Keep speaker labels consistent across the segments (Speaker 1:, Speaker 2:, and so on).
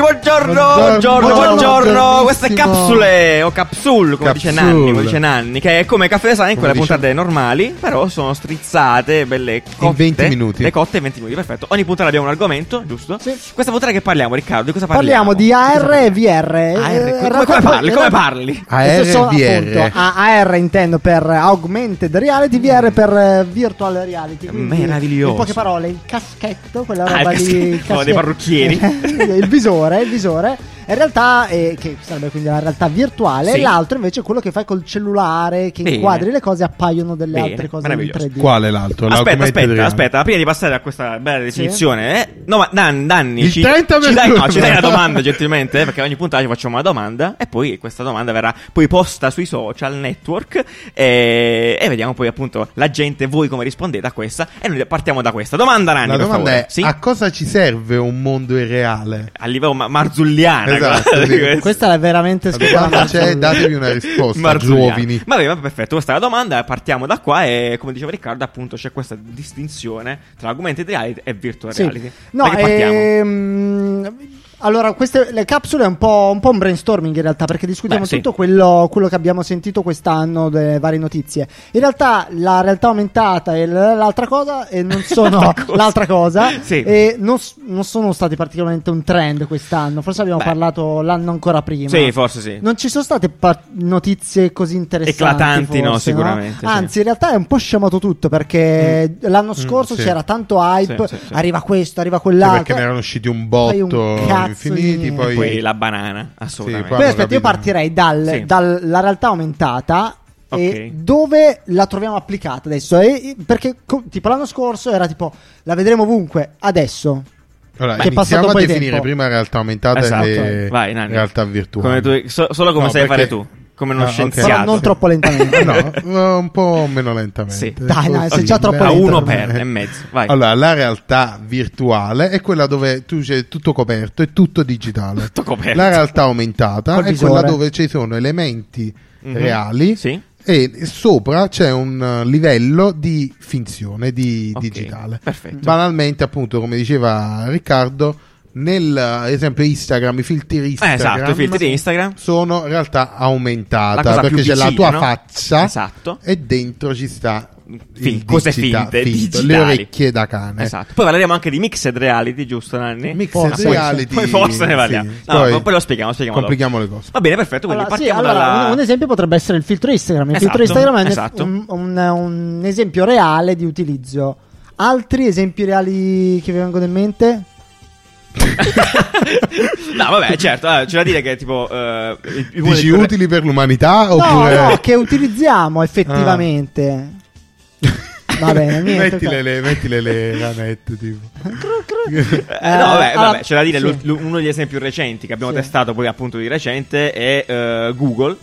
Speaker 1: Buongiorno, buongiorno, buongiorno. Queste capsule o capsule, come dice
Speaker 2: Capsule.
Speaker 1: Nanni, come dice Nanni, che è come caffè design, quelle
Speaker 2: dice-
Speaker 1: puntate normali, però sono strizzate, belle cotte.
Speaker 2: 20 minuti.
Speaker 1: Le cotte in 20 minuti, perfetto. Ogni puntata abbiamo un argomento, giusto?
Speaker 3: Sì.
Speaker 1: Questa puntata che parliamo, Riccardo, di cosa parliamo?
Speaker 3: Parliamo di AR e VR.
Speaker 1: AR,
Speaker 3: Eh,
Speaker 1: come, come
Speaker 3: racconta-
Speaker 1: parli? Come parli?
Speaker 3: Questo sono,
Speaker 2: ARVR.
Speaker 3: appunto, a- AR intendo per augmented reality, VR per eh, virtual reality. quindi,
Speaker 1: Mm. Meraviglioso.
Speaker 3: In poche parole, il caschetto, quella
Speaker 1: Ah, il
Speaker 3: roba lì.
Speaker 1: caschetto, no, dei parrucchieri.
Speaker 3: il visore, il visore. In realtà, eh, che sarebbe quindi la realtà virtuale,
Speaker 1: Sì.
Speaker 3: l'altro invece è quello che fai col cellulare, che
Speaker 1: Bene.
Speaker 3: inquadri le cose e appaiono delle
Speaker 1: Bene,
Speaker 3: altre cose in
Speaker 1: meraviglioso.
Speaker 3: 3D.
Speaker 2: Quale l'altro?
Speaker 1: Aspetta,
Speaker 2: L'augmented
Speaker 1: aspetta,
Speaker 2: reality.
Speaker 1: aspetta, prima di passare a questa bella definizione, eh, no, ma Dan- Danni,
Speaker 2: Il
Speaker 1: ci,
Speaker 2: 30
Speaker 1: ci dai, no,
Speaker 2: per-
Speaker 1: ci dai una domanda gentilmente, eh, perché ogni puntata ci facciamo una domanda e poi questa domanda verrà poi posta sui social network eh, e vediamo poi appunto la gente, voi come rispondete a questa e noi partiamo da questa. Domanda Nanni,
Speaker 2: La
Speaker 1: per
Speaker 2: domanda
Speaker 1: favore.
Speaker 2: è:
Speaker 1: Sì?
Speaker 2: a cosa ci serve un mondo irreale?
Speaker 1: a livello ma- marzulliana.
Speaker 2: Esatto,
Speaker 1: guarda,
Speaker 2: sì.
Speaker 1: di questo.
Speaker 3: Questa è veramente
Speaker 2: Vabbè, quando c'è,
Speaker 3: scontato.
Speaker 2: datevi una risposta,
Speaker 1: Marzulliano.
Speaker 2: giovani.
Speaker 1: Vabbè, vabbè, perfetto, questa è la domanda, partiamo da qua e come diceva Riccardo, appunto c'è questa distinzione tra augmented reality e virtual
Speaker 3: Sì.
Speaker 1: eh, reality.
Speaker 3: No, eh,
Speaker 1: Da che partiamo?
Speaker 3: ehm, allora, queste, le capsule è un po', un po' un brainstorming in realtà, perché discutiamo
Speaker 1: Beh, sì.
Speaker 3: tutto quello, quello che abbiamo sentito quest'anno, delle varie notizie. In realtà la realtà aumentata e l- l'altra cosa e non sono
Speaker 1: L'altra cosa.
Speaker 3: l'altra cosa
Speaker 1: Sì.
Speaker 3: e non, s- non sono stati particolarmente un trend quest'anno, forse abbiamo
Speaker 1: Beh.
Speaker 3: parlato l'anno ancora prima.
Speaker 1: Sì, forse sì.
Speaker 3: Non ci sono state pa- notizie così interessanti.
Speaker 1: Eclatanti, no,
Speaker 3: forse,
Speaker 1: sicuramente,
Speaker 3: Anzi,
Speaker 1: sì. Mm.
Speaker 3: in realtà è un po' scemato tutto perché l'anno scorso
Speaker 2: sì.
Speaker 3: c'era tanto hype,
Speaker 1: Sì, sì, sì.
Speaker 3: arriva questo, arriva
Speaker 2: Sì,
Speaker 3: quell'altro.
Speaker 2: Cioè, perché ne erano usciti un
Speaker 3: Fai
Speaker 2: botto
Speaker 3: un cazzo
Speaker 2: infiniti.
Speaker 3: di-
Speaker 2: Poi,
Speaker 1: Poi la banana, assolutamente.
Speaker 2: qua-
Speaker 3: Poi
Speaker 2: Hanno
Speaker 3: aspetta, io
Speaker 2: capito.
Speaker 3: partirei dal-
Speaker 1: Sì.
Speaker 3: dalla realtà aumentata. E
Speaker 1: Ok.
Speaker 3: dove la troviamo applicata adesso? E- perché co- tipo l'anno scorso era tipo la vedremo ovunque, adesso
Speaker 2: Allora,
Speaker 3: Beh, è passato
Speaker 2: iniziamo
Speaker 3: un
Speaker 2: a
Speaker 3: po' di
Speaker 2: definire
Speaker 3: tempo.
Speaker 2: prima realtà aumentata
Speaker 1: Esatto.
Speaker 2: e
Speaker 1: Vai, Nanni.
Speaker 2: realtà virtuale.
Speaker 1: Come tu- so- solo come
Speaker 2: No,
Speaker 1: sai
Speaker 2: perché-
Speaker 1: fare tu, come uno
Speaker 2: Ah, ok.
Speaker 1: scienziato.
Speaker 3: però non troppo lentamente.
Speaker 2: no, eh, un po' meno lentamente.
Speaker 1: Sì.
Speaker 3: Dai, no, sei
Speaker 2: Così,
Speaker 3: già troppo
Speaker 2: beh,
Speaker 1: A
Speaker 3: lento.
Speaker 1: uno per e mezzo, vai.
Speaker 2: Allora, la realtà virtuale è quella dove tu c'è tutto coperto, è tutto digitale.
Speaker 1: Tutto coperto.
Speaker 2: La realtà aumentata
Speaker 3: Col
Speaker 2: è
Speaker 3: visore.
Speaker 2: quella dove ci sono elementi
Speaker 1: Mhm.
Speaker 2: reali
Speaker 1: Sì.
Speaker 2: e sopra c'è un eh, livello di finzione, di
Speaker 1: Ok,
Speaker 2: digitale.
Speaker 1: perfetto.
Speaker 2: Banalmente, appunto, come diceva Riccardo, nel eh, esempio Instagram, i filtri
Speaker 1: Eh,
Speaker 2: Instagram.
Speaker 1: esatto, i filtri di Instagram.
Speaker 2: Sono realtà
Speaker 1: La
Speaker 2: aumentata
Speaker 1: cosa
Speaker 2: Esatto, perché
Speaker 1: più
Speaker 2: c'è la
Speaker 1: vicina,
Speaker 2: tua
Speaker 1: no?
Speaker 2: faccia
Speaker 1: Esatto.
Speaker 2: e dentro ci sta
Speaker 1: Fin-
Speaker 2: il
Speaker 1: cose
Speaker 2: digita-
Speaker 1: finte,
Speaker 2: finto, le
Speaker 1: digitali.
Speaker 2: orecchie da cane.
Speaker 1: Esatto. Poi parleremo anche di mixed reality, giusto Nanni?
Speaker 2: Mixed
Speaker 3: Forse.
Speaker 1: Ah, poi-
Speaker 2: reality.
Speaker 1: Poi forse ne parliamo.
Speaker 2: Sì.
Speaker 1: No, poi, lo spieghiamo, lo spieghiamo dopo.
Speaker 2: Complichiamo le cose.
Speaker 1: Va bene, perfetto, quindi
Speaker 3: Allora, sì,
Speaker 1: partiamo
Speaker 3: allora,
Speaker 1: dalla...
Speaker 3: un, un esempio potrebbe essere il filtro Instagram. Il
Speaker 1: Esatto,
Speaker 3: filtro Instagram è un-
Speaker 1: esatto.
Speaker 3: un, un- un esempio reale di utilizzo. Altri esempi reali che vi vengono in mente?
Speaker 1: no, vabbè, certo, eh, c'è da dire che tipo... eh, i- i-
Speaker 2: Dici
Speaker 1: i-
Speaker 2: utili per l'umanità oppure
Speaker 3: No, no, che utilizziamo effettivamente.
Speaker 1: Ah.
Speaker 3: Va bene, niente. cioè.
Speaker 2: mettile, le, mettile le ranette tipo.
Speaker 1: Eh, no, vabbè,
Speaker 3: alla-
Speaker 1: vabbè, c'è da dire,
Speaker 3: sì.
Speaker 1: l'ul- l'u- uno degli esempi più recenti che abbiamo
Speaker 3: Sì.
Speaker 1: testato poi appunto di recente è eh, Google.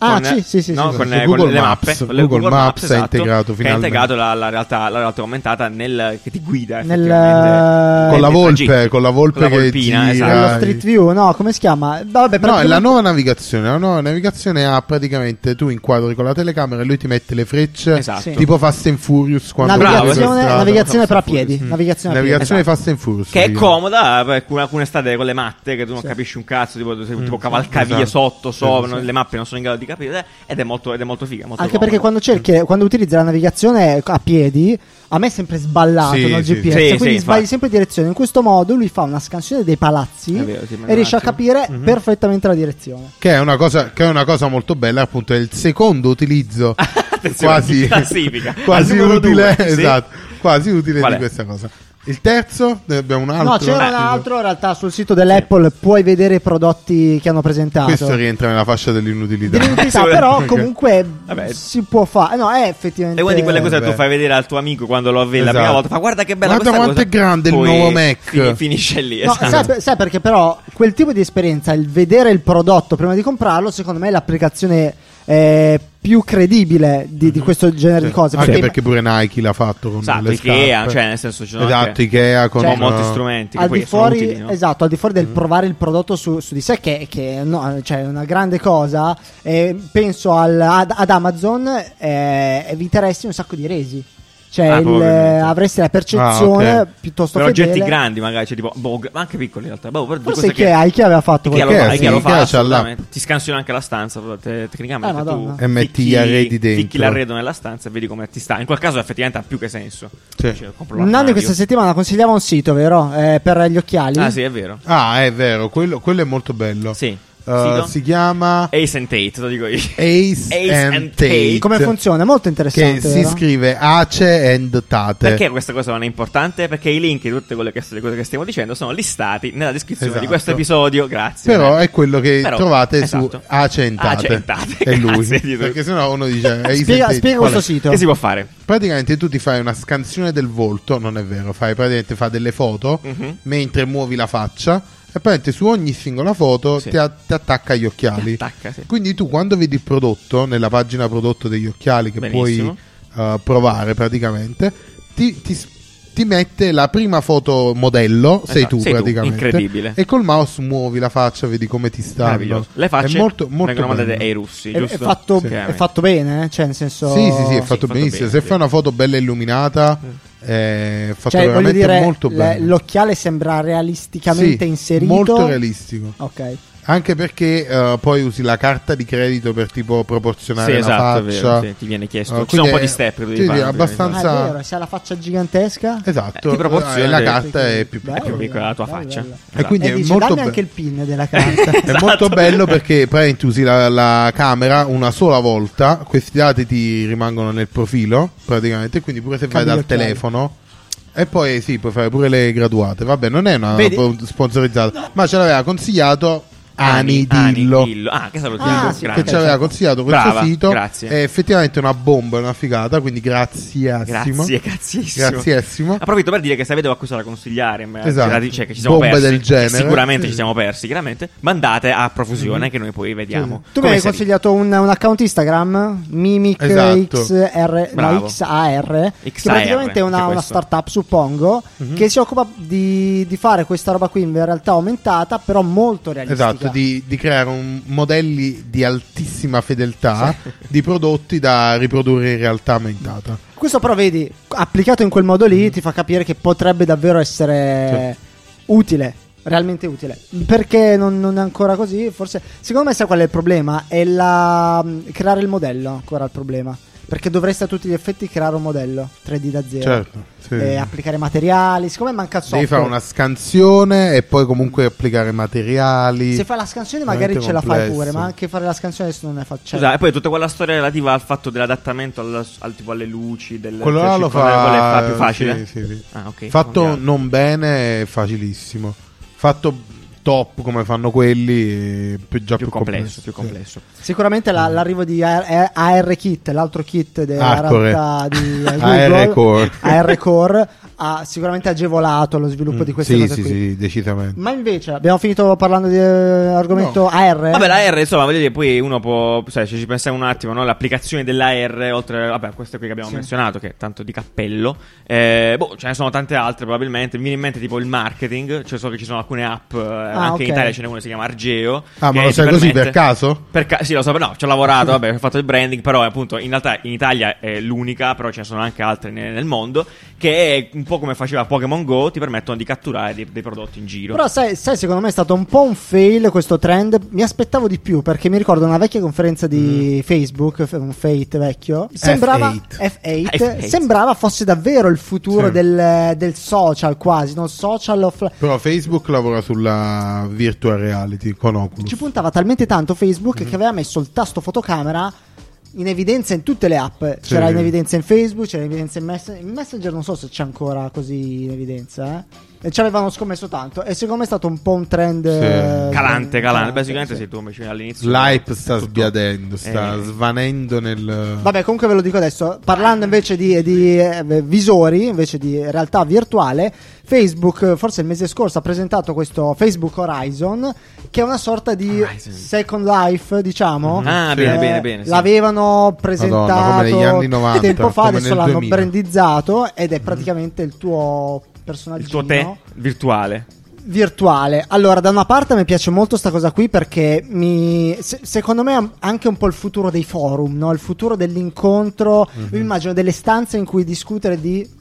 Speaker 3: Ah,
Speaker 1: con-
Speaker 3: sì, sì, sì,
Speaker 1: no,
Speaker 3: sì,
Speaker 1: con,
Speaker 2: sì.
Speaker 1: eh,
Speaker 2: Google
Speaker 1: con le
Speaker 2: Maps.
Speaker 1: mappe. con le
Speaker 2: Google Maps ha
Speaker 1: esatto,
Speaker 2: integrato
Speaker 1: che ha
Speaker 2: finalmente.
Speaker 1: integrato la, la realtà, la realtà aumentata nel, che ti guida
Speaker 3: Nel-
Speaker 1: effettivamente.
Speaker 2: con la
Speaker 1: Nel tragitto.
Speaker 2: volpe, con la volpe
Speaker 1: Con la
Speaker 2: che
Speaker 1: volpina,
Speaker 2: gira.
Speaker 1: esatto.
Speaker 3: Quello Street View, no, come si chiama? Vabbè,
Speaker 2: No, è la
Speaker 3: praticamente-
Speaker 2: nuova navigazione. La nuova navigazione ha praticamente tu inquadri con la telecamera e lui ti mette le frecce.
Speaker 1: Esatto.
Speaker 3: eh, Sì.
Speaker 2: Tipo Fast and Furious quando
Speaker 1: Bravo,
Speaker 3: navigazione,
Speaker 1: esatto.
Speaker 3: navigazione
Speaker 1: Esatto.
Speaker 3: per a piedi. Navigazione a piedi.
Speaker 2: Navigazione
Speaker 1: Esatto.
Speaker 2: Fast and Furious.
Speaker 1: Che è
Speaker 2: dico.
Speaker 1: comoda eh, per alcune, alcune strade con le matte che tu non capisci un cazzo, tipo, tipo cavalcavie
Speaker 2: esatto.
Speaker 1: sotto, sopra,
Speaker 2: Sì, sì.
Speaker 1: le mappe non sono in grado di capire ed è molto, ed è molto figa. molto
Speaker 3: Anche perché
Speaker 1: comoda.
Speaker 3: quando cerchi, quando utilizzi la navigazione a piedi, a me è sempre sballato
Speaker 2: Sì,
Speaker 3: no, il
Speaker 2: sì,
Speaker 3: GPS,
Speaker 1: sì. Sì,
Speaker 3: quindi
Speaker 1: sì,
Speaker 3: sbagli
Speaker 1: infatti.
Speaker 3: sempre direzione. In questo modo lui fa una scansione dei palazzi
Speaker 1: È vero, sì, ma Mhm.
Speaker 3: e riesce a
Speaker 1: un attimo.
Speaker 3: capire perfettamente la direzione.
Speaker 2: Che è, una cosa, che è una cosa molto bella, appunto, è il secondo utilizzo
Speaker 1: Attenzione,
Speaker 2: quasi,
Speaker 1: in classifica, al
Speaker 2: quasi
Speaker 1: numero
Speaker 2: utile,
Speaker 1: due, sì.
Speaker 2: esatto, quasi utile
Speaker 1: Qual
Speaker 2: di
Speaker 1: è?
Speaker 2: questa cosa. Il terzo, ne abbiamo un altro.
Speaker 3: no, c'era un altro,
Speaker 1: mm.
Speaker 3: in realtà sul sito dell'Apple puoi vedere i prodotti che hanno presentato.
Speaker 2: Questo rientra nella fascia dell'inutilità.
Speaker 3: Dell'inutilità,
Speaker 1: Sì,
Speaker 3: però
Speaker 2: ok.
Speaker 3: comunque
Speaker 1: Vabbè.
Speaker 3: si può fare. No, è effettivamente
Speaker 1: È una di quelle cose che
Speaker 2: Vabbè.
Speaker 1: tu fai vedere al tuo amico quando lo vedi la
Speaker 2: Eh, Esatto.
Speaker 1: prima volta. Fa guarda che bella
Speaker 2: Guarda
Speaker 1: questa
Speaker 2: quanto
Speaker 1: cosa.
Speaker 2: è grande il
Speaker 1: Poi
Speaker 2: nuovo Mac.
Speaker 1: fini- finisce lì.
Speaker 3: No,
Speaker 1: esatto.
Speaker 3: sai, per- sai perché però quel tipo di esperienza, il vedere il prodotto prima di comprarlo, secondo me è l'applicazione eh, più credibile di,
Speaker 1: Mhm.
Speaker 3: di questo genere di cose.
Speaker 2: Anche perché pure Nike l'ha fatto con
Speaker 1: Esatto,
Speaker 2: le
Speaker 1: Ikea,
Speaker 2: scarpe.
Speaker 1: cioè, nel senso, ci sono
Speaker 2: Esatto,
Speaker 1: anche-
Speaker 2: Ikea con
Speaker 3: Cioè,
Speaker 2: eh,
Speaker 1: molti strumenti che
Speaker 3: al
Speaker 1: poi
Speaker 3: di,
Speaker 1: sono
Speaker 3: fuori,
Speaker 1: utili, no?
Speaker 3: esatto, al di fuori del
Speaker 1: Mhm.
Speaker 3: provare il prodotto su, su di sé, che, che no, cioè, è una grande cosa, eh, penso al- ad, ad Amazon eh, eviteresti un sacco di resi. Cioè,
Speaker 1: Ah,
Speaker 3: il-
Speaker 1: proprio fedele.
Speaker 3: avresti la percezione
Speaker 2: Ah, ok.
Speaker 3: piuttosto
Speaker 1: per
Speaker 3: fedele.
Speaker 1: oggetti grandi magari, cioè tipo Vogue, ma anche piccoli in realtà. Boh, però di
Speaker 3: Forse
Speaker 1: queste
Speaker 3: Ikea, Ikea aveva fatto
Speaker 1: Ikea lo
Speaker 2: Ikea,
Speaker 1: fa,
Speaker 2: sì,
Speaker 1: Ikea lo fa,
Speaker 2: Ikea c'ha
Speaker 1: assolutamente. Ti scansiona anche la stanza proprio te- tecnicamente.
Speaker 3: Eh,
Speaker 1: tu
Speaker 3: Madonna.
Speaker 2: E metti
Speaker 1: ficchi-
Speaker 2: gli arredi
Speaker 1: Ficchi
Speaker 2: dentro.
Speaker 1: l'arredo nella stanza e vedi come ti sta. In quel caso effettivamente ha più che senso.
Speaker 2: Sì.
Speaker 1: Cioè, compro
Speaker 3: Nando
Speaker 1: l'armadio.
Speaker 3: questa settimana consigliava un sito, vero? Eh, per gli occhiali.
Speaker 1: Ah sì, è vero.
Speaker 2: Ah, è vero, quello, quello è molto bello.
Speaker 1: Sì.
Speaker 2: Eh,
Speaker 1: Sito?
Speaker 2: si chiama Ace,
Speaker 1: Ace and Tate, te lo dico io. Ace
Speaker 2: and,
Speaker 1: and
Speaker 2: Tate.
Speaker 1: Tate.
Speaker 3: Come funziona? È molto
Speaker 2: Che
Speaker 3: interessante.
Speaker 2: si
Speaker 3: vero?
Speaker 2: scrive Ace and Tate.
Speaker 1: Perché questa cosa non è importante? Perché i link di tutte quelle che, le cose che stiamo dicendo sono listati nella descrizione
Speaker 2: Esatto.
Speaker 1: di questo episodio. Grazie.
Speaker 2: Però è quello che
Speaker 1: Però,
Speaker 2: trovate su
Speaker 1: esatto.
Speaker 2: Ace and Tate.
Speaker 1: Ace and Tate,
Speaker 2: È lui.
Speaker 1: grazie di tutto.
Speaker 2: Perché sennò uno dice Ace and
Speaker 3: Spiega,
Speaker 2: Tate,
Speaker 3: spiega
Speaker 2: qual è?
Speaker 3: questo sito.
Speaker 1: Che si può fare?
Speaker 2: Praticamente tu ti fai una scansione del volto, non è vero, fai praticamente fa delle foto
Speaker 1: Mhm.
Speaker 2: mentre muovi la faccia e praticamente su ogni singola foto
Speaker 1: Sì.
Speaker 2: ti, a- ti attacca gli occhiali.
Speaker 1: Attacca, sì.
Speaker 2: Quindi tu quando vedi il prodotto nella pagina prodotto degli occhiali che
Speaker 1: Benissimo.
Speaker 2: puoi eh, provare praticamente, ti, ti s- ti mette la prima foto modello, sei
Speaker 1: Esatto,
Speaker 2: tu
Speaker 1: sei tu,
Speaker 2: praticamente.
Speaker 1: incredibile.
Speaker 2: E col mouse muovi la faccia, vedi come ti sta.
Speaker 1: Meraviglioso. Le facce
Speaker 2: è molto, molto
Speaker 1: vengono mandate
Speaker 2: bello.
Speaker 1: ai russi,
Speaker 3: È,
Speaker 1: giusto?
Speaker 3: è fatto,
Speaker 1: Sì.
Speaker 3: è fatto bene, eh? cioè nel senso...
Speaker 2: Sì, sì, sì, è fatto
Speaker 1: fatto
Speaker 2: benissimo.
Speaker 1: bene,
Speaker 2: Se
Speaker 1: sì. Mm.
Speaker 2: fai una foto bella illuminata, è fatto
Speaker 3: Cioè, voglio
Speaker 2: veramente
Speaker 3: dire,
Speaker 2: molto
Speaker 3: le-
Speaker 2: bene.
Speaker 3: l'occhiale sembra realisticamente
Speaker 2: Sì,
Speaker 3: inserito.
Speaker 2: Molto realistico.
Speaker 3: Ok.
Speaker 2: Anche perché eh, poi usi la carta di credito per tipo proporzionare
Speaker 1: Sì,
Speaker 2: la
Speaker 1: esatto, è vero,
Speaker 2: faccia.
Speaker 1: sì, ti viene chiesto.
Speaker 2: Eh,
Speaker 1: Ci sono un
Speaker 2: quindi
Speaker 1: po'
Speaker 2: è-
Speaker 1: di step che devi
Speaker 2: sì, sì,
Speaker 1: fare,
Speaker 3: Ah,
Speaker 2: abbastanza-
Speaker 3: è vero, se ha la faccia gigantesca...
Speaker 1: Eh,
Speaker 2: Esatto,
Speaker 1: ti proporziona
Speaker 2: eh, la
Speaker 1: dei-
Speaker 2: carta è più
Speaker 1: È
Speaker 2: piccola.
Speaker 1: più piccola la tua
Speaker 3: Bello,
Speaker 1: faccia.
Speaker 3: bello.
Speaker 1: Esatto.
Speaker 2: E quindi
Speaker 3: e
Speaker 2: è
Speaker 3: Eh, dice,
Speaker 2: molto
Speaker 3: dammi
Speaker 2: be-
Speaker 3: anche il pin della carta.
Speaker 2: È molto bello perché praticamente usi la, la camera una sola volta, questi dati ti rimangono nel profilo praticamente, quindi pure se vai
Speaker 3: Cambi
Speaker 2: dal
Speaker 3: gli occhiali.
Speaker 2: telefono e poi sì, puoi fare pure le graduate. Vabbè, non è una
Speaker 3: Vedi?
Speaker 2: sponsorizzata, ma ce l'aveva consigliato Ani, Dillo.
Speaker 1: Ani Dillo. Ah, che salutiamo.
Speaker 3: Ah, sì,
Speaker 1: grande.
Speaker 2: Che ci aveva consigliato questo
Speaker 1: certo. Brava,
Speaker 2: sito
Speaker 1: grazie.
Speaker 2: è effettivamente una bomba, è una figata. Quindi, graziassimo.
Speaker 1: Grazie, graziissimo.
Speaker 2: Graziassimo.
Speaker 1: Approfitto per dire che se avete qualcosa da consigliare, ma-
Speaker 2: Esatto.
Speaker 1: cioè, cioè, che ci siamo
Speaker 2: Bombe
Speaker 1: persi,
Speaker 2: del genere.
Speaker 1: sicuramente ci
Speaker 2: Sì, sì. Mhm.
Speaker 1: siamo persi, chiaramente, mandate a profusione che noi poi vediamo.
Speaker 3: Tu mi
Speaker 1: come
Speaker 3: hai
Speaker 1: se-
Speaker 3: consigliato un, un account Instagram,
Speaker 2: Esatto.
Speaker 3: MimicXR, no,
Speaker 1: Bravo.
Speaker 3: XAR, che
Speaker 1: XAR,
Speaker 3: praticamente
Speaker 1: anche
Speaker 3: è una, una
Speaker 1: questo. Mhm.
Speaker 3: startup, suppongo, che si occupa di, di fare questa roba qui in realtà aumentata, però molto realistica.
Speaker 2: Esatto, di, di creare un- modelli di altissima fedeltà di prodotti da riprodurre in realtà aumentata.
Speaker 3: Questo però vedi, applicato in quel modo
Speaker 2: Mm.
Speaker 3: lì, ti fa capire che potrebbe davvero essere utile, realmente utile. Perché non, non è ancora così? Forse, secondo me sai qual è il problema? È la, mm, creare il modello ancora il problema. Perché dovresti a tutti gli effetti creare un modello 3D da zero.
Speaker 2: Certo, sì.
Speaker 3: E applicare materiali, siccome manca il
Speaker 2: Devi
Speaker 3: software.
Speaker 2: fare una scansione e poi comunque applicare materiali.
Speaker 3: Se fai la scansione magari
Speaker 2: Veramente
Speaker 3: ce la fai
Speaker 2: complesso.
Speaker 3: pure, ma anche fare la scansione adesso non cioè, è facile.
Speaker 1: Scusa, e poi tutta quella storia relativa al fatto dell'adattamento al, al tipo alle luci, del cioè,
Speaker 2: Quello là
Speaker 1: del
Speaker 2: lo
Speaker 1: circolare, quello
Speaker 2: fa,
Speaker 1: è più facile.
Speaker 2: sì, sì, sì.
Speaker 1: Ah, ok.
Speaker 2: Fatto
Speaker 1: Cambiato.
Speaker 2: non bene è facilissimo. Fatto top come fanno quelli è più- già più,
Speaker 1: più complesso, più
Speaker 2: sì.
Speaker 1: complesso.
Speaker 3: Sicuramente
Speaker 2: Mm.
Speaker 3: la- l'arrivo di AR, ARKit, l'altro kit della
Speaker 2: Hardcore.
Speaker 3: realtà di
Speaker 2: AR
Speaker 3: Google,
Speaker 2: Core.
Speaker 3: AR Core, ha sicuramente agevolato lo sviluppo di queste
Speaker 2: Mm. sì,
Speaker 3: cose
Speaker 2: sì,
Speaker 3: qui.
Speaker 2: sì, decisamente.
Speaker 3: Ma invece abbiamo finito parlando di eh, argomento AR.
Speaker 1: Vabbè, la R, insomma, voglio dire, poi uno può. Sai, se ci pensiamo un attimo, no? L'applicazione della R, oltre vabbè, a queste qui che abbiamo menzionato, che è tanto di cappello. eh, boh, ce ne sono tante altre, probabilmente. Mi viene in mente tipo il marketing. Cioè, so che ci sono alcune app. eh, anche
Speaker 3: Ah, ok.
Speaker 1: in Italia ce n'è una che si chiama Argeo.
Speaker 2: Ah, ma
Speaker 1: che
Speaker 2: lo
Speaker 1: ti
Speaker 2: sai così
Speaker 1: permette-
Speaker 2: per caso?
Speaker 1: Per ca- sì, lo so, però no, ci ho lavorato, vabbè, ho fatto il branding, però appunto in realtà in Italia è l'unica, però ce ne sono anche altre ne- nel mondo, che è un po' come faceva Pokémon Go, ti permettono di catturare dei, dei prodotti in giro.
Speaker 3: Però sai, sai, secondo me è stato un po' un fail questo trend. Mi aspettavo di più perché mi ricordo una vecchia conferenza di
Speaker 2: Mm.
Speaker 3: Facebook, f- un Fate vecchio. Sembrava
Speaker 2: F8.
Speaker 3: F8,
Speaker 1: F8.
Speaker 3: sembrava fosse davvero il futuro
Speaker 2: Sì.
Speaker 3: del, del social quasi, non social offline.
Speaker 2: Però Facebook lavora sulla virtual reality con Oculus. Mm-hmm.
Speaker 3: ci puntava talmente tanto Facebook che aveva messo il tasto fotocamera in evidenza in tutte le app. C'era in evidenza in Facebook, c'era in evidenza in Messenger. In Messenger non so se c'è ancora così in evidenza, eh. E ci avevano scommesso tanto. E secondo me è stato un po' un trend.
Speaker 2: Sì.
Speaker 3: eh,
Speaker 1: Calante, calante. Beh, sicuramente
Speaker 3: sì.
Speaker 1: sei tu come dicevi all'inizio.
Speaker 2: L'hype sta
Speaker 1: Tutto.
Speaker 2: sbiadendo, sta
Speaker 1: Eh.
Speaker 2: svanendo nel...
Speaker 3: Vabbè, comunque ve lo dico adesso. Parlando invece di, di, eh, visori, invece di realtà virtuale, Facebook eh, forse il mese scorso ha presentato questo Facebook Horizon, che è una sorta di
Speaker 1: Horizon.
Speaker 3: Second Life, diciamo.
Speaker 1: Ah,
Speaker 2: Sì.
Speaker 1: bene,
Speaker 3: Eh,
Speaker 1: bene, bene. sì.
Speaker 3: L'avevano presentato
Speaker 2: come negli anni 90,
Speaker 3: tempo fa,
Speaker 2: come
Speaker 3: adesso
Speaker 2: nel
Speaker 3: l'hanno
Speaker 2: 2000.
Speaker 1: Mm.
Speaker 3: brandizzato ed è praticamente il tuo personaggio.
Speaker 1: Il tuo te virtuale.
Speaker 3: virtuale. Allora, da una parte mi piace molto sta cosa qui perché mi, se- secondo me è anche un po' il futuro dei forum, no? il futuro dell'incontro.
Speaker 1: Mhm.
Speaker 3: Io immagino delle stanze in cui discutere di.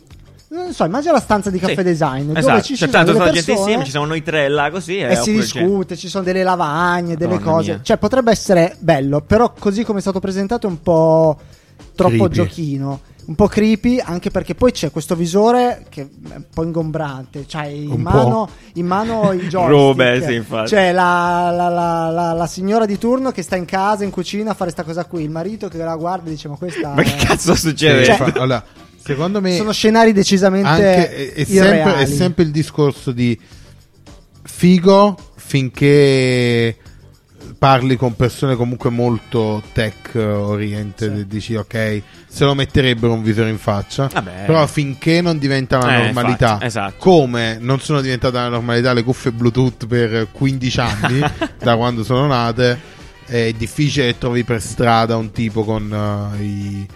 Speaker 3: Non so, immagina la stanza di caffè
Speaker 1: Sì.
Speaker 3: design dove
Speaker 1: esatto.
Speaker 3: ci
Speaker 1: Cioè,
Speaker 3: sono
Speaker 1: tanto
Speaker 3: delle
Speaker 1: sta gente
Speaker 3: persone
Speaker 1: insieme, ci siamo noi tre là così.
Speaker 2: Eh,
Speaker 1: eh,
Speaker 3: e si
Speaker 1: oppure c'è-
Speaker 3: discute, ci sono delle lavagne, delle
Speaker 1: Madonna
Speaker 3: cose.
Speaker 1: mia.
Speaker 3: Cioè, potrebbe essere bello, però così come è stato presentato è un po' troppo
Speaker 2: Creepy.
Speaker 3: giochino. Un po' creepy, anche perché poi c'è questo visore che è un po' ingombrante. C'hai in
Speaker 2: Un
Speaker 3: mano,
Speaker 2: po'.
Speaker 3: in mano il joystick.
Speaker 1: Robe, sì, infatti.
Speaker 3: C'è la, la- la- la- la signora di turno che sta in casa, in cucina, a fare sta cosa qui. Il marito che la guarda e dice: Ma questa.
Speaker 1: Ma che
Speaker 3: è-"
Speaker 1: cazzo succede? Cioè,
Speaker 2: Sì, fa- allora, secondo me
Speaker 3: Sono scenari decisamente.
Speaker 2: anche- è, è sempre,
Speaker 3: irreali.
Speaker 2: è sempre il discorso di figo finché parli con persone comunque molto tech oriented
Speaker 3: Sì.
Speaker 2: e dici ok se lo metterebbero un visore in faccia
Speaker 1: Vabbè.
Speaker 2: però finché non diventa una
Speaker 1: Ah Eh,
Speaker 2: normalità
Speaker 1: infatti, esatto.
Speaker 2: come non sono diventate una normalità le cuffie bluetooth per 15 anni da quando sono nate è difficile che trovi per strada un tipo con eh, i,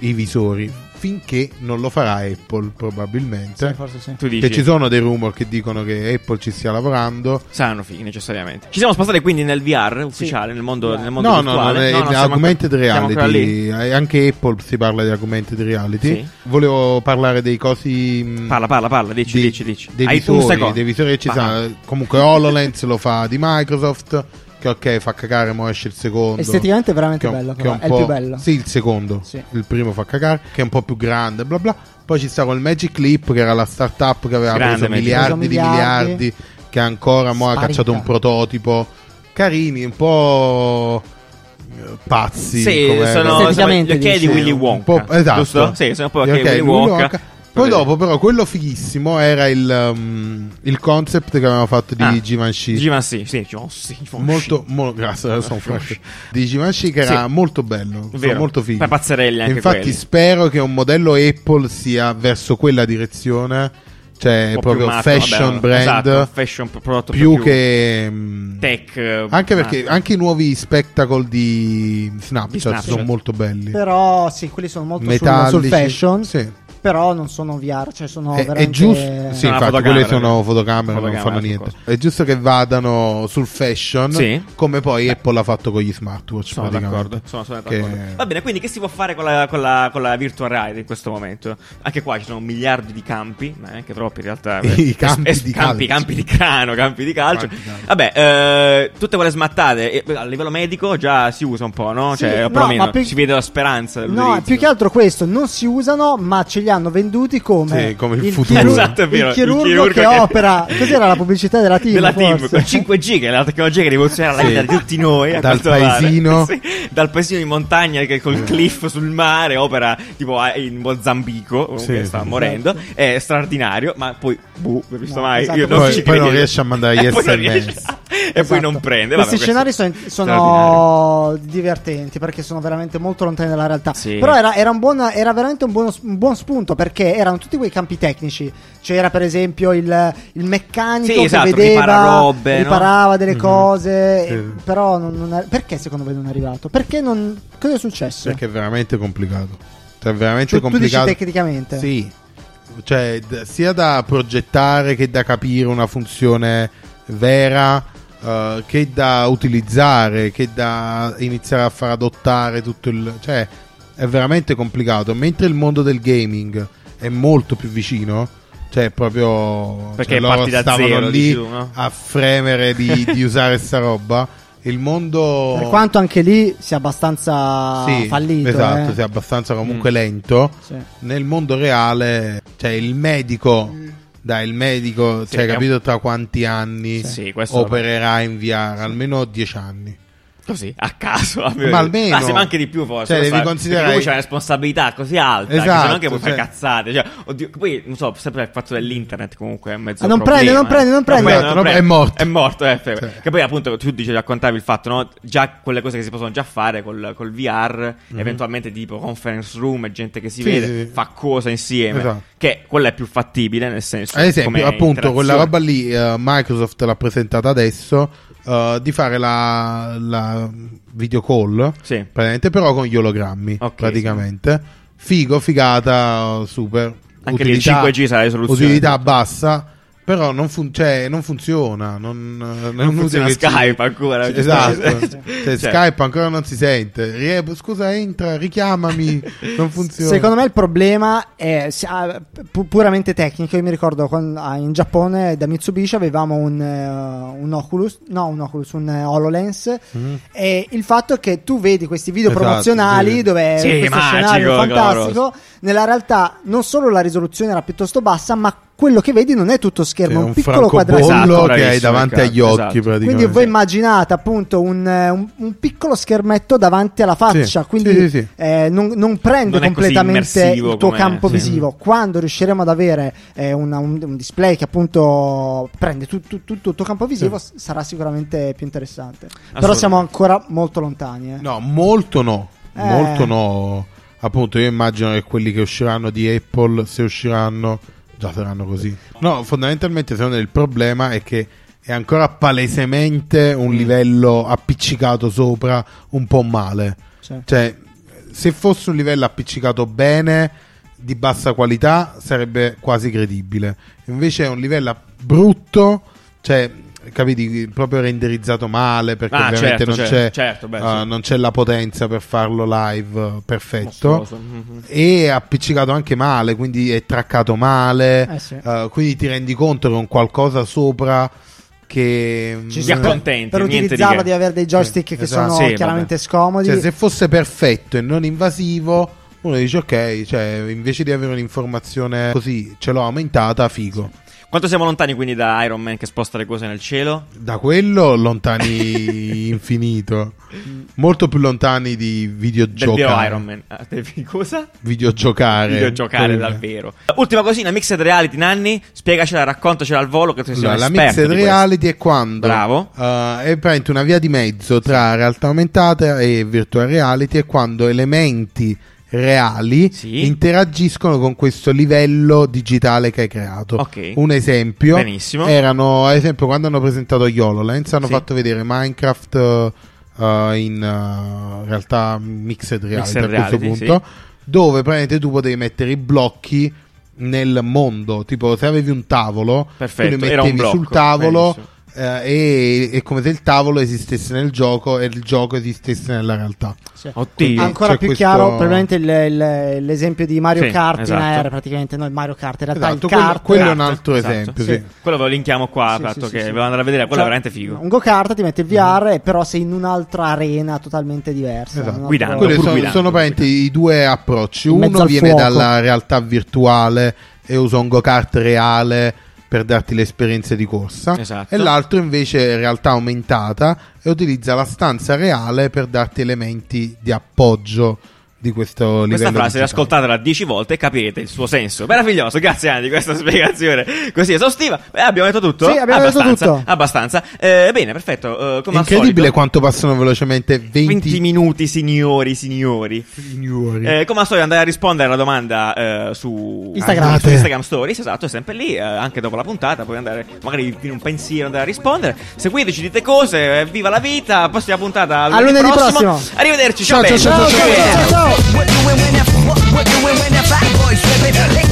Speaker 2: i visori finché non lo farà Apple probabilmente
Speaker 3: Sì, Eh, forse sì.
Speaker 1: Tu dici.
Speaker 2: che ci sono dei rumor che dicono che Apple ci stia lavorando.
Speaker 1: Saranno fighi necessariamente. Ci siamo spostati quindi nel VR ufficiale, nel mondo,
Speaker 3: VR.
Speaker 1: nel mondo
Speaker 2: no, no, no,
Speaker 1: virtuale.
Speaker 2: è
Speaker 1: no, siamo
Speaker 2: augmented
Speaker 1: ancora- siamo ancora lì.
Speaker 2: reality. Eh, Anche Apple si parla di augmented reality.
Speaker 1: Sì.
Speaker 2: Volevo parlare dei cosi. mh,
Speaker 1: Parla, parla, parla, dici,
Speaker 2: dei-
Speaker 1: dici, dici.
Speaker 2: Dei
Speaker 1: Hai un
Speaker 2: visori,
Speaker 1: secondo.
Speaker 2: dei visori che ci
Speaker 1: Ma-
Speaker 2: sono. Comunque, HoloLens lo fa di Microsoft. Che ok, fa cagare, mo esce il secondo.
Speaker 3: Esteticamente è
Speaker 2: che
Speaker 3: veramente
Speaker 2: è un-
Speaker 3: bello.
Speaker 2: che
Speaker 3: però,
Speaker 2: un
Speaker 3: È il
Speaker 2: po'-
Speaker 3: più bello.
Speaker 2: Sì, il secondo.
Speaker 3: Sì.
Speaker 2: Il primo fa cagare, che è un po' più grande, bla bla. Poi ci sta col Magic Clip, che era la startup che aveva
Speaker 1: Grande
Speaker 2: preso
Speaker 1: Magic
Speaker 2: miliardi di
Speaker 3: Preso miliardi.
Speaker 2: miliardi, che ancora mo ha
Speaker 3: Sparita.
Speaker 2: cacciato un prototipo. Carini, un po' eh, pazzi.
Speaker 1: Sì, sono
Speaker 2: come- come-
Speaker 1: insomma, gli
Speaker 3: Esteticamente,
Speaker 1: occhiali di
Speaker 3: dici.
Speaker 1: Willy
Speaker 2: un
Speaker 1: Wonka.
Speaker 2: po'- esatto.
Speaker 1: Giusto? Sì, sono poi
Speaker 2: Gli
Speaker 1: occhiali di
Speaker 2: occhiali
Speaker 1: Willy
Speaker 2: di Willy
Speaker 1: Wonka.
Speaker 2: Wonka. Poi dopo, però, quello fighissimo era il, um, il concept che avevamo fatto di
Speaker 1: Ah,
Speaker 2: Givenchy.
Speaker 1: Givenchy, sì, Givenchy.
Speaker 2: molto, mo- grazie, sono fresh. Di Givenchy che era
Speaker 1: Sì.
Speaker 2: molto bello, sono
Speaker 1: Vero.
Speaker 2: molto figo.
Speaker 1: Poi pazzerelli anche
Speaker 2: Infatti
Speaker 1: quelli.
Speaker 2: spero che un modello Apple sia verso quella direzione, cioè
Speaker 1: Un po' più
Speaker 2: proprio
Speaker 1: matto,
Speaker 2: fashion
Speaker 1: vabbè,
Speaker 2: brand,
Speaker 1: esatto, fashion pro- prodotto
Speaker 2: più,
Speaker 1: più
Speaker 2: che mh,
Speaker 1: tech. eh,
Speaker 2: Anche perché
Speaker 1: matto.
Speaker 2: anche i nuovi spectacle di Snapchat,
Speaker 1: Di Snapchat.
Speaker 2: sono molto belli.
Speaker 3: Però sì, quelli sono molto sul-
Speaker 2: metallici.
Speaker 3: sul fashion.
Speaker 2: Sì.
Speaker 3: però non sono VR, cioè sono
Speaker 2: è, è
Speaker 3: veramente
Speaker 2: giusto, sì,
Speaker 1: Sono una
Speaker 2: infatti,
Speaker 1: fotocamera,
Speaker 2: quelle sono
Speaker 1: eh.
Speaker 2: fotocamere, non
Speaker 1: Fotocamera,
Speaker 2: fanno
Speaker 1: sono
Speaker 2: niente.
Speaker 1: cose.
Speaker 2: È giusto che vadano sul fashion,
Speaker 1: Sì. Eh.
Speaker 2: come poi Apple ha fatto con gli smartwatch.
Speaker 1: Sono
Speaker 2: praticamente.
Speaker 1: d'accordo, sono, sono
Speaker 2: diciamo Che-
Speaker 1: d'accordo. Va bene, quindi che si può fare con la, con la- con la virtual reality in questo momento? Anche qua ci sono miliardi di campi, ma anche troppi in realtà.
Speaker 2: I campi
Speaker 1: Es-
Speaker 2: di
Speaker 1: campi,
Speaker 2: calcio.
Speaker 1: campi di crano, campi di calcio.
Speaker 2: Quanti campi.
Speaker 1: Vabbè, eh, tutte quelle smattate eh, a livello medico già si usa un po', no?
Speaker 3: Sì,
Speaker 1: cioè,
Speaker 3: no,
Speaker 1: perlomeno
Speaker 3: ma più-
Speaker 1: si vede la speranza.
Speaker 3: No,
Speaker 1: dell'utilizzo.
Speaker 3: più che altro questo, non si usano, ma ce li hanno venduti come,
Speaker 2: Sì, come il futuro.
Speaker 1: Esatto, è vero,
Speaker 3: il
Speaker 1: il
Speaker 3: chirurgo
Speaker 1: chirurgo
Speaker 3: che,
Speaker 1: che-
Speaker 3: opera. Cos'era la pubblicità della team?
Speaker 1: della team con
Speaker 3: forse?
Speaker 1: 5G che è la tecnologia che rivoluzionerà la
Speaker 2: Sì.
Speaker 1: vita di tutti noi a
Speaker 2: Dal
Speaker 1: quanto pare.
Speaker 2: paesino.
Speaker 1: Sì, dal paesino in montagna che col cliff sul mare opera tipo a- in Mozambico comunque
Speaker 2: Sì,
Speaker 1: sta
Speaker 2: sì.
Speaker 1: morendo è straordinario ma poi boh, buh l'ho visto
Speaker 3: No,
Speaker 1: mai
Speaker 3: esatto,
Speaker 1: io
Speaker 3: poi-
Speaker 1: ci
Speaker 2: poi non
Speaker 1: credevo.
Speaker 2: riesce a mandare gli
Speaker 1: E poi non
Speaker 2: SMS.
Speaker 1: riesce a- e poi
Speaker 3: Esatto.
Speaker 1: non prende vabbè,
Speaker 3: Questi
Speaker 1: questo-
Speaker 3: scenari sono,
Speaker 1: straordinario.
Speaker 3: sono divertenti perché sono veramente molto lontani dalla realtà.
Speaker 1: Sì.
Speaker 3: Però era, era un buon- era veramente un, buono- un buon spunto perché erano tutti quei campi tecnici. C'era per esempio il, il meccanico
Speaker 1: Sì,
Speaker 3: che
Speaker 1: esatto,
Speaker 3: vedeva,
Speaker 1: ripararobe, no? Mhm.
Speaker 3: riparava delle cose.
Speaker 2: Sì.
Speaker 3: e- Però non, non è- perché secondo me non è arrivato? Perché non. Cosa è successo?
Speaker 2: Perché è veramente complicato. Cioè, è veramente
Speaker 3: tu, tu dici
Speaker 2: complicato.
Speaker 3: tecnicamente.
Speaker 2: Sì, cioè d- sia da progettare che da capire una funzione vera, eh, che da utilizzare, che da iniziare a far adottare tutto il... cioè è veramente complicato, mentre il mondo del gaming è molto più vicino, cioè proprio...
Speaker 1: Perché
Speaker 2: cioè, loro
Speaker 1: parti da
Speaker 2: stavano
Speaker 1: zero,
Speaker 2: lì
Speaker 1: dici tu, no?
Speaker 2: a fremere di, di usare sta roba, il mondo...
Speaker 3: Per quanto anche lì sia abbastanza
Speaker 2: Sì,
Speaker 3: Ah, fallito.
Speaker 2: esatto,
Speaker 3: eh.
Speaker 2: sia abbastanza comunque
Speaker 1: Mm.
Speaker 2: lento
Speaker 3: Sì.
Speaker 2: nel mondo reale, cioè il medico,
Speaker 3: Mm.
Speaker 2: dai, il medico,
Speaker 1: Sì,
Speaker 2: cioè,
Speaker 1: è un-
Speaker 2: capito tra quanti anni
Speaker 1: Sì, questo-
Speaker 2: opererà in VR? Almeno 10 anni.
Speaker 1: Così, a caso. vabbè.
Speaker 2: Ma almeno.
Speaker 1: Ma se anche di più forse.
Speaker 2: Cioè, devi
Speaker 1: questa-
Speaker 2: considerare-
Speaker 1: perché Comunque c'è una responsabilità così alta. Esatto. Che
Speaker 2: Esatto,
Speaker 1: se no anche puoi fare
Speaker 2: cioè-
Speaker 1: cazzate. Cioè, oddio, poi, non so, sempre il fatto dell'internet comunque è mezzo
Speaker 3: Ah, non
Speaker 1: problema,
Speaker 3: prende, non
Speaker 1: eh.
Speaker 3: prende, non prende.
Speaker 2: Esatto, è morto. Cioè.
Speaker 1: È morto, eh, sì.
Speaker 2: Sì.
Speaker 1: Che poi appunto tu dici, raccontavi il fatto, no? Già quelle cose che si possono già fare col, col VR, eventualmente tipo conference room e gente che si
Speaker 2: Mhm. Sì,
Speaker 1: vede,
Speaker 2: sì.
Speaker 1: fa cosa insieme.
Speaker 2: Esatto. Eh,
Speaker 1: Che quella è più fattibile nel senso...
Speaker 2: Ad esempio,
Speaker 1: come
Speaker 2: appunto, quella
Speaker 1: interazione.
Speaker 2: roba lì, eh, Microsoft l'ha presentata adesso, eh, di fare la, la video call,
Speaker 1: Sì.
Speaker 2: praticamente, però con gli ologrammi,
Speaker 1: Ok,
Speaker 2: praticamente. Figo, figata, super.
Speaker 1: Anche lì il 5G sarà la risoluzione.
Speaker 2: Utilità bassa, Però non, fun- cioè, non funziona. Non, non è inutile
Speaker 1: funziona
Speaker 2: che ci-
Speaker 1: Skype ancora,
Speaker 2: Cioè,
Speaker 1: giusto?
Speaker 2: esatto.
Speaker 1: Cioè.
Speaker 2: Cioè, Skype ancora non si sente. Rie- scusa, entra, richiamami. non funziona.
Speaker 3: Secondo me il problema è si- ah, pu- puramente tecnico. Io mi ricordo quando- ah, in Giappone da Mitsubishi avevamo un, eh, un Oculus, no, un Oculus, un eh, HoloLens.
Speaker 2: Mhm.
Speaker 3: E il fatto è che tu vedi questi video
Speaker 2: Esatto,
Speaker 3: promozionali
Speaker 2: sì.
Speaker 3: dove
Speaker 1: Sì,
Speaker 3: questo
Speaker 1: magico,
Speaker 3: scenario fantastico,
Speaker 1: clamoroso.
Speaker 3: nella realtà non solo la risoluzione era piuttosto bassa, ma quello che vedi non è tutto
Speaker 2: Cioè,
Speaker 3: schermo, è un,
Speaker 2: un
Speaker 3: piccolo quadratino.
Speaker 1: Esatto,
Speaker 2: francobollo che
Speaker 1: bravissimo,
Speaker 2: hai davanti
Speaker 1: Riccardo,
Speaker 2: agli occhi
Speaker 1: esatto.
Speaker 2: praticamente.
Speaker 3: Quindi voi immaginate appunto un, eh, un- un piccolo schermetto davanti alla faccia,
Speaker 2: Sì,
Speaker 3: quindi
Speaker 2: sì, sì, sì.
Speaker 3: eh, non, non prende
Speaker 1: Non è così
Speaker 3: completamente
Speaker 1: immersivo
Speaker 3: il tuo
Speaker 1: come-
Speaker 3: campo
Speaker 1: sì.
Speaker 3: visivo. Quando riusciremo ad avere eh, una- un, un display che appunto prende tu- tu- tu- tutto il tuo campo visivo, s- sarà sicuramente più interessante. Però
Speaker 1: Assolutamente.
Speaker 3: siamo ancora molto lontani. eh.
Speaker 2: No, molto no.
Speaker 3: Eh.
Speaker 2: Molto no. Appunto, io immagino che quelli che usciranno di Apple, se usciranno, già saranno così. No, fondamentalmente, secondo me il problema è che è ancora palesemente un livello appiccicato sopra un po' male.
Speaker 3: Cioè,
Speaker 2: Cioè, se fosse un livello appiccicato bene, di bassa qualità, sarebbe quasi credibile. Invece è un livello brutto, cioè, capiti, proprio renderizzato male, perché
Speaker 1: Ah,
Speaker 2: ovviamente
Speaker 1: certo,
Speaker 2: non,
Speaker 1: certo,
Speaker 2: c'è,
Speaker 1: certo, beh,
Speaker 2: eh,
Speaker 1: sì.
Speaker 2: non c'è la potenza per farlo live eh, perfetto.
Speaker 1: Mostruoso, mhm.
Speaker 2: E è appiccicato anche male, quindi è traccato male.
Speaker 3: Eh, sì.
Speaker 2: eh, quindi ti rendi conto che è un qualcosa sopra che
Speaker 1: Ci si
Speaker 2: Mm,
Speaker 1: accontenta. contenti,
Speaker 3: per
Speaker 1: niente di
Speaker 3: utilizzarlo
Speaker 1: che.
Speaker 3: devi avere dei joystick che
Speaker 2: esatto.
Speaker 1: Sì,
Speaker 3: sono
Speaker 1: vabbè.
Speaker 3: chiaramente scomodi.
Speaker 2: cioè, se fosse perfetto e non invasivo, uno dice ok, cioè, invece di avere un'informazione così, ce l'ho aumentata, figo.
Speaker 1: Quanto siamo lontani quindi da Iron Man che sposta le cose nel cielo?
Speaker 2: Da quello lontani infinito. Molto più lontani di
Speaker 1: Del vero
Speaker 2: videogiocare.
Speaker 1: Iron Man. Ah, del- Cosa?
Speaker 2: Videogiocare.
Speaker 1: Videogiocare
Speaker 2: Quelle.
Speaker 1: davvero. Ultima cosina, mixed reality, Nanni. Spiegacela, raccontacela al volo che tu sei
Speaker 2: Allora,
Speaker 1: un
Speaker 2: la
Speaker 1: esperto
Speaker 2: mixed
Speaker 1: di questo.
Speaker 2: reality è quando
Speaker 1: Bravo.
Speaker 2: eh, è praticamente una via di mezzo tra realtà aumentata e virtual reality, è quando elementi reali
Speaker 1: Sì.
Speaker 2: interagiscono con questo livello digitale che hai creato.
Speaker 1: Ok.
Speaker 2: Un esempio
Speaker 1: Benissimo.
Speaker 2: erano, ad esempio, quando hanno presentato gli HoloLens, hanno
Speaker 1: Sì.
Speaker 2: fatto vedere Minecraft eh, in eh, realtà mixed reality
Speaker 1: Mixed
Speaker 2: a questo
Speaker 1: reality,
Speaker 2: punto, dove praticamente tu potevi mettere i blocchi nel mondo, tipo se avevi un tavolo,
Speaker 1: Perfetto,
Speaker 2: tu li
Speaker 1: era un
Speaker 2: mettevi
Speaker 1: blocco,
Speaker 2: sul tavolo eh, e è come se il tavolo esistesse nel gioco e il gioco esistesse nella realtà.
Speaker 3: Sì.
Speaker 1: Ottimo.
Speaker 2: Anche-
Speaker 3: Ancora
Speaker 2: c'è
Speaker 3: più
Speaker 2: questo-
Speaker 3: chiaro, probabilmente il- il- l'esempio di Mario
Speaker 1: Sì,
Speaker 3: Kart in
Speaker 1: esatto.
Speaker 3: AR, praticamente noi Mario Kart, in realtà
Speaker 2: Esatto,
Speaker 3: il
Speaker 2: quello-
Speaker 3: kart
Speaker 2: quello è un
Speaker 1: Esatto,
Speaker 2: altro
Speaker 1: esatto,
Speaker 2: esempio.
Speaker 3: sì.
Speaker 2: sì.
Speaker 1: Quello ve lo linkiamo qua,
Speaker 3: Sì,
Speaker 1: tanto
Speaker 3: sì,
Speaker 1: che
Speaker 3: sì, sì.
Speaker 1: ve lo andare a vedere, quello è
Speaker 3: Cioè,
Speaker 1: veramente figo.
Speaker 3: Un go-kart ti mette il VR, e però sei in un'altra arena totalmente diversa.
Speaker 2: Esatto.
Speaker 3: un altro-
Speaker 1: Guidando.
Speaker 2: Quelli
Speaker 1: Ah, pur
Speaker 2: sono,
Speaker 1: guidando,
Speaker 2: sono praticamente i due approcci.
Speaker 3: In mezzo
Speaker 2: Uno
Speaker 3: al
Speaker 2: viene
Speaker 3: fuoco.
Speaker 2: dalla realtà virtuale e usa un go-kart reale per darti le esperienze di corsa.
Speaker 1: Esatto.
Speaker 2: E l'altro invece è realtà aumentata e utilizza la stanza reale per darti elementi di appoggio di questo livello.
Speaker 1: Questa frase,
Speaker 2: digitale.
Speaker 1: ascoltatela 10 volte e capirete il suo senso. Meraviglioso, grazie Andy di questa spiegazione così esaustiva. Beh, abbiamo detto tutto?
Speaker 3: Sì, abbiamo detto
Speaker 1: abbastanza,
Speaker 3: tutto.
Speaker 1: Abbastanza. Eh, bene, perfetto. eh, come
Speaker 2: È
Speaker 1: al
Speaker 2: incredibile
Speaker 1: solito.
Speaker 2: quanto passano velocemente 20,
Speaker 1: 20 minuti, signori, signori.
Speaker 2: signori.
Speaker 1: Eh, come al solito andare a rispondere alla domanda eh, su,
Speaker 3: Instagram.
Speaker 1: anche su Instagram Stories, esatto, è sempre lì, eh, anche dopo la puntata, puoi andare magari in un pensiero andare a rispondere. Seguiteci, dite cose, eh, viva la vita, prossima puntata a
Speaker 3: A
Speaker 1: lunedì
Speaker 3: lunedì
Speaker 1: prossimo.
Speaker 3: prossimo.
Speaker 1: Arrivederci,
Speaker 2: Ciao,
Speaker 1: ciao,
Speaker 2: ciao,
Speaker 1: belli.
Speaker 2: ciao, ciao,
Speaker 3: Ciao, ciao, ciao.
Speaker 4: What doing when that what, what doing when that fat boy slipping? Lick